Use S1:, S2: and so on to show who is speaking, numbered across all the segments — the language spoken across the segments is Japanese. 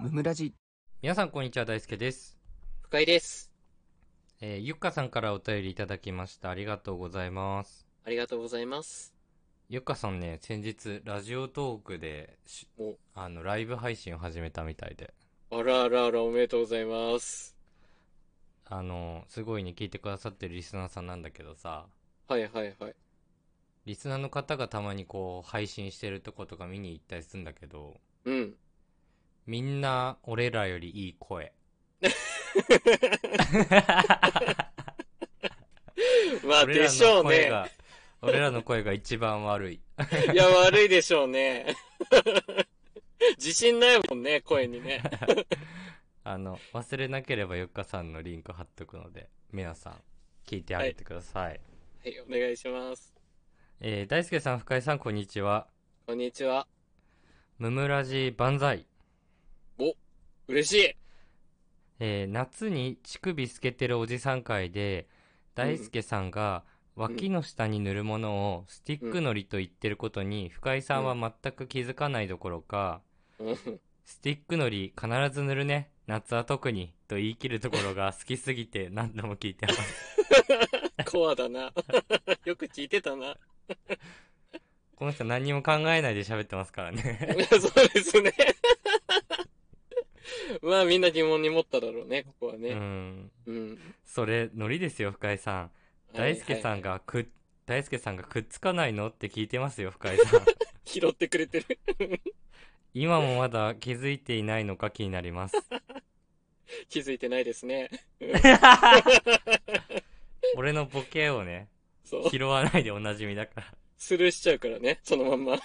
S1: ムムラジ
S2: 皆さんこんにちは大輔です、
S3: 深井です。
S2: えー、ゆっかさんからお便りいただきましたありがとうございます
S3: ありがとうございます。
S2: ゆっかさんね先日ラジオトークでし
S3: お
S2: あのライブ配信を始めたみたいで
S3: あらあらあら、おめでとうございます。
S2: あのすごいね聞いてくださってるリスナーさんなんだけどさ
S3: はいはいはい。
S2: リスナーの方がたまにこう配信してるとことか見に行ったりするんだけど
S3: うん。
S2: みんな俺らよりいい声
S3: まあ、でしょうね。
S2: 俺らの声が一番悪い
S3: いや、悪いでしょうね。 自信ないもんね、声にね。
S2: あの忘れなければよっかさんのリンク貼っとくので皆さん聞いてあげてください、
S3: はい、お願いします。
S2: えー大輔さん深井さんこんにちは
S3: こんにちは。
S2: ムムラジ万歳、
S3: 嬉しい。
S2: えー夏に乳首透けてるおじさん会で大輔さんが脇の下に塗るものをスティックのりと言ってることに深井さんは全く気づかないどころか、
S3: うん
S2: スティックのり必ず塗るね夏は特にと言い切るところが好きすぎて何度も聞いてます
S3: コアだな。 よく聞いてたな。
S2: この人何にも考えないで喋ってますからね。
S3: そうですね。 まあ、みんな疑問に持っただろうね、ここは
S2: う
S3: ね。
S2: ん。
S3: うん。
S2: それ、ノリですよ、深井さん。大輔さん
S3: はいはいはい。
S2: がくっ、大輔さんがくっつかないのって聞いてますよ、深井 さん。
S3: 拾ってくれてる。
S2: 今もまだ気づいていないのか気になります。
S3: 気づいてないですね。
S2: 俺のボケをね、
S3: そう。
S2: 拾わないでおなじみだか
S3: スルーしちゃうからね、 そのまんま。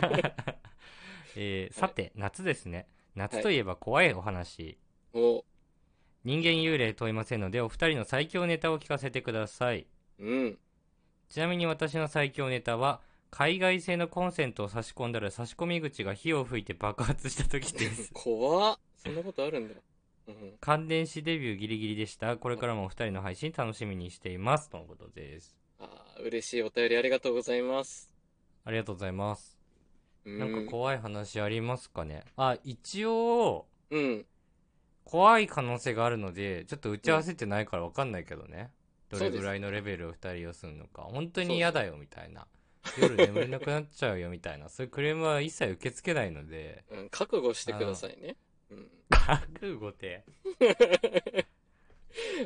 S2: ら。 えーさて、夏ですね。夏といえば怖いお話。
S3: も
S2: 人間幽霊問いませんので、お二人の最強ネタを聞かせてください。
S3: う、うん。
S2: ちなみに私の最強ネタは、海外製のコンセントを差し込んだら差し込み口が火を吹いて爆発した時です。
S3: 怖っ。そんなことあるんだ。うん。
S2: 乾電子デビューギリギリでした。これからもお二人の配信楽しみにしています。とのことです。
S3: あー嬉しいお便りありがとうございます。
S2: ありがとうございます。
S3: うん。
S2: なんか怖い話ありますかねあ、一応、
S3: うん。
S2: 怖い可能性があるので、ちょっと打ち合わせってないからわかんないけどね。
S3: う
S2: ど
S3: ん
S2: れぐらいのレベルを二人予するのか。本当に嫌だよ、みたいな。夜眠れなくなっちゃうよ、みたいな。そういうクレームは一切受け付けないので。
S3: うん、覚悟してくださいね。うん。
S2: 覚悟で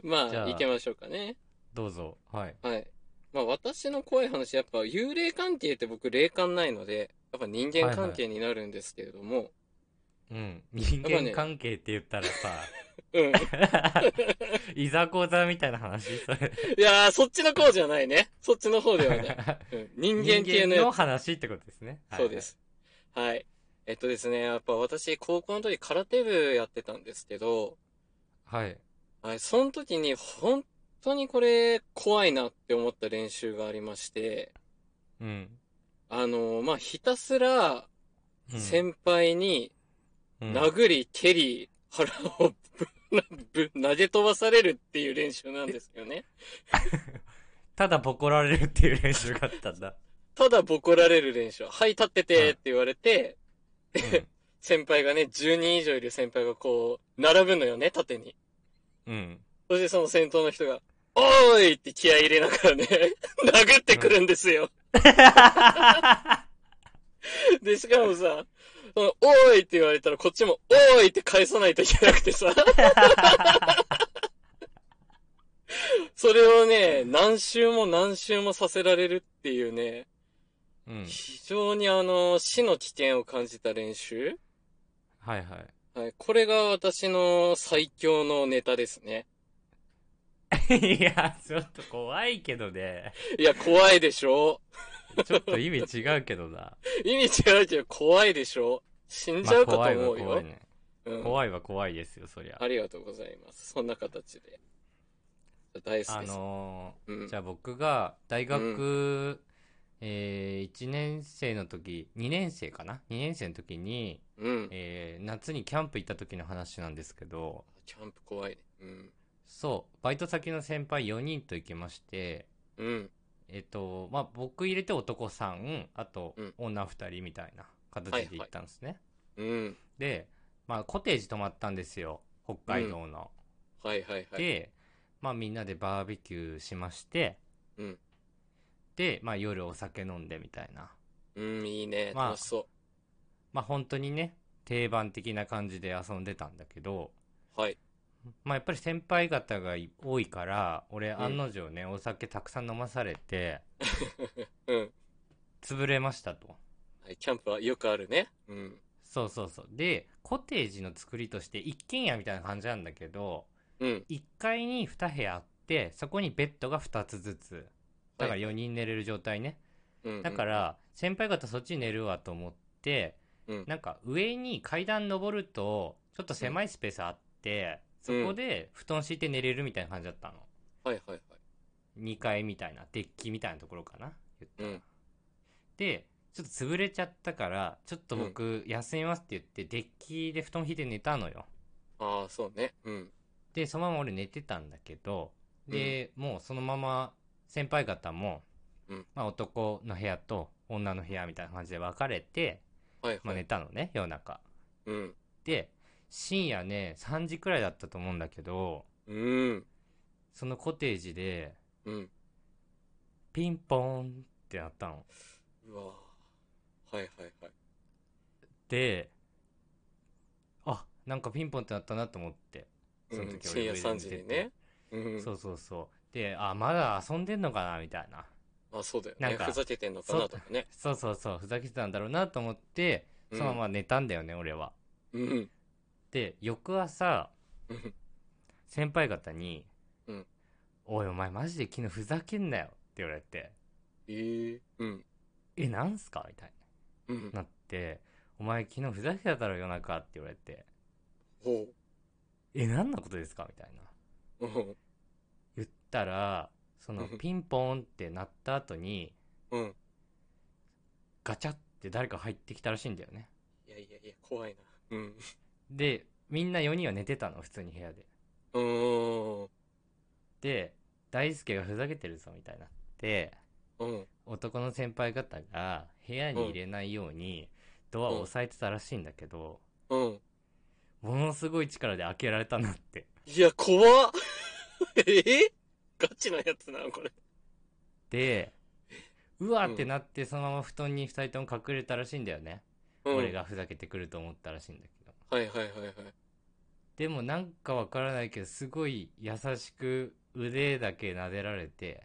S3: ま
S2: じゃ
S3: あ、
S2: あ
S3: 行けましょうかね。
S2: どうぞはい
S3: はい。まあ、私の怖い話、やっぱ幽霊関係って僕霊感ないので、やっぱ人間関係になるんですけれども、
S2: うん人
S3: やっぱ
S2: 間
S3: ね
S2: 関係って言ったらさ、
S3: うん。
S2: いざこざみたいな話それ
S3: いやー、そっちの方じゃないね。そっちの方ではない。 うん、人間系のやつ
S2: 人間の話ってことですねはい
S3: そうです。はい。えっとですね、やっぱ私、高校の時空手部やってたんですけど、
S2: はい
S3: はい、その時に本当にこれ怖いなって思った練習がありまして、
S2: うん、
S3: あの、まあ、ひたすら
S2: うん
S3: 先輩に
S2: うん
S3: 殴り、蹴り、腹をぶ、ぶ、 投げ飛ばされるっていう練習なんですよね。
S2: ただボコられるっていう練習があった んだ、
S3: ただボコられる練習。はい、立っててって言われて、先輩がね、10人以上いる先輩がこう、並ぶのよね、縦に。
S2: うん、うん
S3: そしてその先頭の人が、おーいって気合い入れながらね、 殴ってくるんですよ。で、しかもさ、その、おーいって言われたらこっちも、おーいって返さないといけなくてさ。それをね、何周も何周もさせられるっていうね、
S2: うん
S3: 非常にあの、死の危険を感じた練習
S2: はい はい
S3: はい、これが私の最強のネタですね。
S2: いやちょっと怖いけどね
S3: いや、怖いでしょ
S2: ちょっと意味違うけど な
S3: 意味違うけど怖いでしょ死んじゃうかと
S2: まあ
S3: 思う
S2: 怖いは怖
S3: よ
S2: い。ね
S3: うん
S2: 怖いは怖いですよそりゃ
S3: ありがとうございます。そんな形で。大好き
S2: あ
S3: です。
S2: のー
S3: うん
S2: じゃあ僕が大学、え1年生の時2年生かな2年生の時に、
S3: うん。
S2: えー夏にキャンプ行った時の話なんですけど
S3: キャンプ怖いね。うん。
S2: そうバイト先の先輩4人と行きまして
S3: うん。
S2: えっとまあ僕入れて男3あと
S3: うん
S2: 女2人みたいな形で行ったんですね、
S3: うん。
S2: でまあ、コテージ泊まったんですよ。北海道の。
S3: はいはいはい。
S2: で、まあ、みんなでバーベキューしまして、
S3: うん
S2: で、まあ、夜お酒飲んでみたいな。
S3: うん、いいね。
S2: まあ
S3: 楽しそ
S2: まあ、本当にね、定番的な感じで遊んでたんだけど、
S3: う。はい。
S2: まあ、やっぱり先輩方がい多いから、俺、案の定ね、お酒たくさん飲まされて、
S3: うん。
S2: 潰れましたと。
S3: はい、キャンプはよくあるね。うん。
S2: そうそうそう。で、コテージの作りとして一軒家みたいな感じなんだけど、
S3: うん。
S2: 1階に2部屋あって、そこにベッドが2つずつ。だから
S3: はい
S2: 4人寝れる状態ね。
S3: うん、
S2: だから、先輩方そっち寝るわと思って、
S3: うん
S2: なんか上に階段登ると、ちょっと狭いスペースあって、そ
S3: うん
S2: こで布団敷いて寝れるみたいな感じだったの。
S3: はいはいはい。
S2: 2階みたいな、デッキみたいなところかな。言ったら
S3: うん
S2: で、ちょっと潰れちゃったから、ちょっと僕休みますって言って、デッキで布団敷いて寝たのよ。
S3: ああ、そうね。うん。
S2: で、そのまま俺寝てたんだけど、で、もうそのまま先輩方も、
S3: うん
S2: まあ男の部屋と女の部屋みたいな感じで分かれて、
S3: はい
S2: まあ
S3: は
S2: 寝
S3: い。
S2: たのね、夜中。
S3: うん。
S2: で、深夜ね、3時くらいだったと思うんだけど、
S3: うん。
S2: そのコテージで、
S3: うん。
S2: ピンポーンってなったの。
S3: うわーはいはいはい。
S2: で、あ、なんかピンポンってなったなと思って。その
S3: うん、
S2: 時
S3: 深
S2: 俺
S3: 夜
S2: 上で
S3: 3
S2: 寝
S3: 時
S2: て
S3: に
S2: て
S3: ね。。うん。
S2: そうそうそう。で、あ、まだ遊んでんのかなみたいな。
S3: あ、そうだよ
S2: な
S3: ね。
S2: んか
S3: ふざけてんのかなとかね。
S2: そうそうそう、ふざけてたんだろうなと思って、そのまま寝たんだよね、俺は。
S3: うん。
S2: で、翌朝、
S3: うん。
S2: 先輩方に、
S3: うん
S2: おい、お前マジで昨日ふざけんなよって言われて、
S3: えー。うん。
S2: え、なんすかみたい
S3: うん
S2: に。なって、お前昨日ふざけただろ、夜中って言われて、
S3: ほ
S2: え、何のことですかみたいな。
S3: う。うん。
S2: 言ったら、その
S3: うん
S2: ピンポンって鳴った後に、
S3: うん。
S2: ガチャって誰か入ってきたらしいんだよね。
S3: いやいやいや、怖いな。うん。
S2: で、みんな4人は寝てたの、普通に部屋で。
S3: うーん。
S2: で、大輔がふざけてるぞ、みたいになって、
S3: うん。
S2: 男の先輩方が部屋に入れないようにドアを押さえてたらしいんだけど、
S3: うん。
S2: ものすごい力で開けられたなって。
S3: いや、怖っ えーガチのやつなの、これ。
S2: で、うわーってなってそのまま布団に二人とも隠れたらしいんだよね。
S3: うん。
S2: 俺。がふざけてくると思ったらしいんだけど。
S3: はいはいはいはい。
S2: でもなんかわからないけど、すごい優しく腕だけ撫でられて、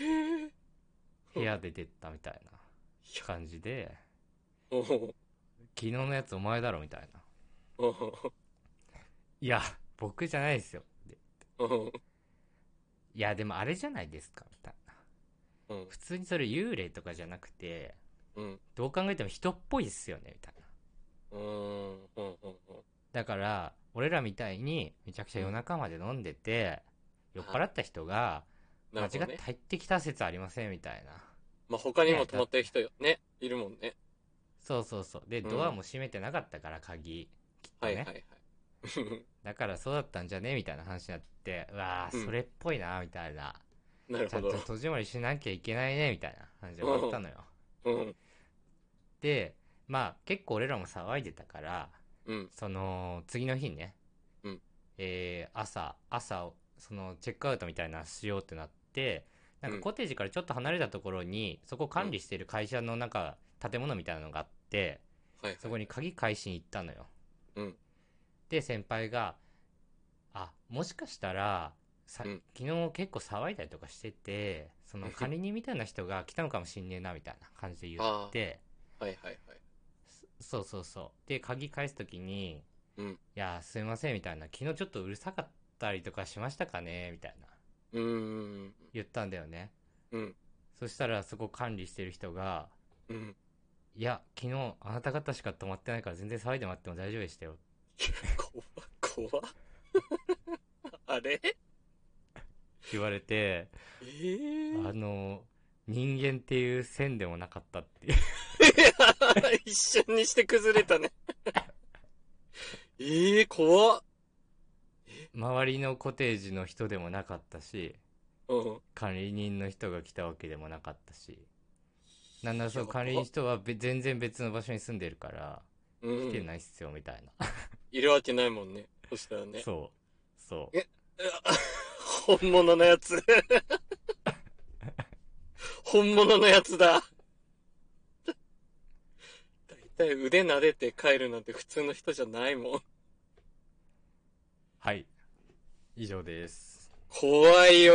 S3: えー。
S2: 部屋出てったみたいな感じで、
S3: うん。
S2: 昨日のやつお前だろみたいな。
S3: うん。
S2: いや、僕じゃないですよ。で
S3: うん。
S2: いや、でもあれじゃないですかみたいな。
S3: うん。
S2: 普通にそれ幽霊とかじゃなくて、
S3: うん。
S2: どう考えても人っぽいっすよね、みたいな。
S3: うーん。うん。うん。
S2: だから、俺らみたいに、めちゃくちゃ夜中まで飲んでて、酔っ払った人が、
S3: な
S2: 間違
S3: る
S2: って
S3: ほどね。
S2: 入ってきた説ありません、みたいな。
S3: まあ、他にも泊まってる人よ。ね。いるもんね。
S2: そうそうそう。で、
S3: うん
S2: ドアも閉めてなかったから、鍵。きっと
S3: はいは
S2: ね
S3: い。はい。
S2: だからそうだったんじゃねみたいな話になって、うわ
S3: う
S2: ー、
S3: ん
S2: それっぽいな、みたいな。
S3: なる
S2: ちゃ
S3: ほ
S2: んと
S3: ど。
S2: 閉じまりしなきゃいけないね、みたいな感じで終わったのよ。
S3: うん。
S2: で、まあ、結構俺らも騒いでたから、
S3: うん。
S2: その次の日ね、
S3: うん
S2: えー朝朝そのチェックアウトみたいなのしようってなってなんか
S3: うん
S2: コテージからちょっと離れたところに、そこ管理してる会社のなんか建物みたいなのがあって
S3: はい
S2: そ
S3: は
S2: こ
S3: い。
S2: に鍵返しに行ったのよ、
S3: うん
S2: で先輩が「あもしかしたらさ
S3: うん
S2: 昨日結構騒いだりとかしててそ の管理人みたいな人が来たのかもしんねえな」みたいな感じで言って
S3: はいはいはい。
S2: そうそうそうで鍵返す時に
S3: うん。
S2: いやーすいませんみたいな昨日ちょっとうるさかったりとかしましたかねみたいな
S3: うーん。
S2: 言ったんだよね
S3: うん。
S2: そしたらそこ管理してる人が
S3: うん。
S2: 「いや昨日あなた方しか泊まってないから全然騒いで待っても大丈夫でしたよ
S3: 怖っ怖っ あれ」
S2: 言われて
S3: え
S2: あ
S3: ー、
S2: の人間っていう線でもなかったっていう
S3: 一瞬にして崩れたね。ええー、怖っ。
S2: 周りのコテージの人でもなかったし
S3: うん。
S2: 管理人の人が来たわけでもなかったしなんならそ
S3: い
S2: の
S3: や
S2: 管理人はべ全然別の場所に住んでるから
S3: う
S2: 来て
S3: ん。
S2: ないっすよみたいな
S3: いるわけないもんね。そしたらね。
S2: そう。そう。
S3: えうわ本物のやつ。本物のやつだ。だいたい腕撫でて帰るなんて普通の人じゃないもん。
S2: はい。以上です。
S3: 怖いよ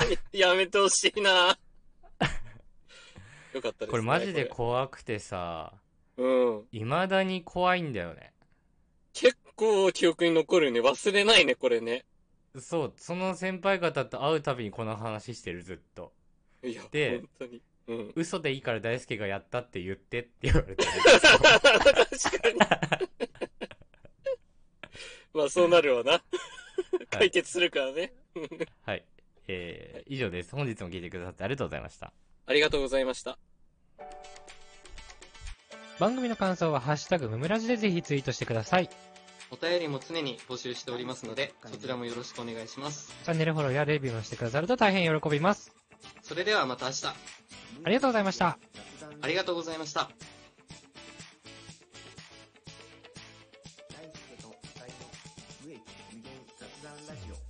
S3: ー やめてほし いなよかったです、ね。
S2: これマジで怖くてさ、
S3: これうん。
S2: 未だに怖いんだよね。
S3: 結構記憶に残るね。忘れないね、これね。
S2: そう、その先輩方と会うたびにこの話してる、ずっと。
S3: いや、
S2: で
S3: 本当に。 うん。
S2: 嘘でいいから大輔がやったって言ってって言われて。
S3: 確かに。 まあ、そうなるわな。解決するからね。
S2: はい。えー、以上です。本日も聞いてくださってありがとうございました。
S3: ありがとうございました。
S1: 番組の感想は「ハッシュタグむむらじ」でぜひツイートしてくださいチ
S3: お便りも常に募集しておりますので、そちらもよろしくお願いします。
S1: ャンネルフォローやレビューもしてくださると大変喜びます
S3: それではまた明日、
S1: ありがとうございました
S3: ありがとうございました。
S4: 大輔と大の無益無限雑談ラジオ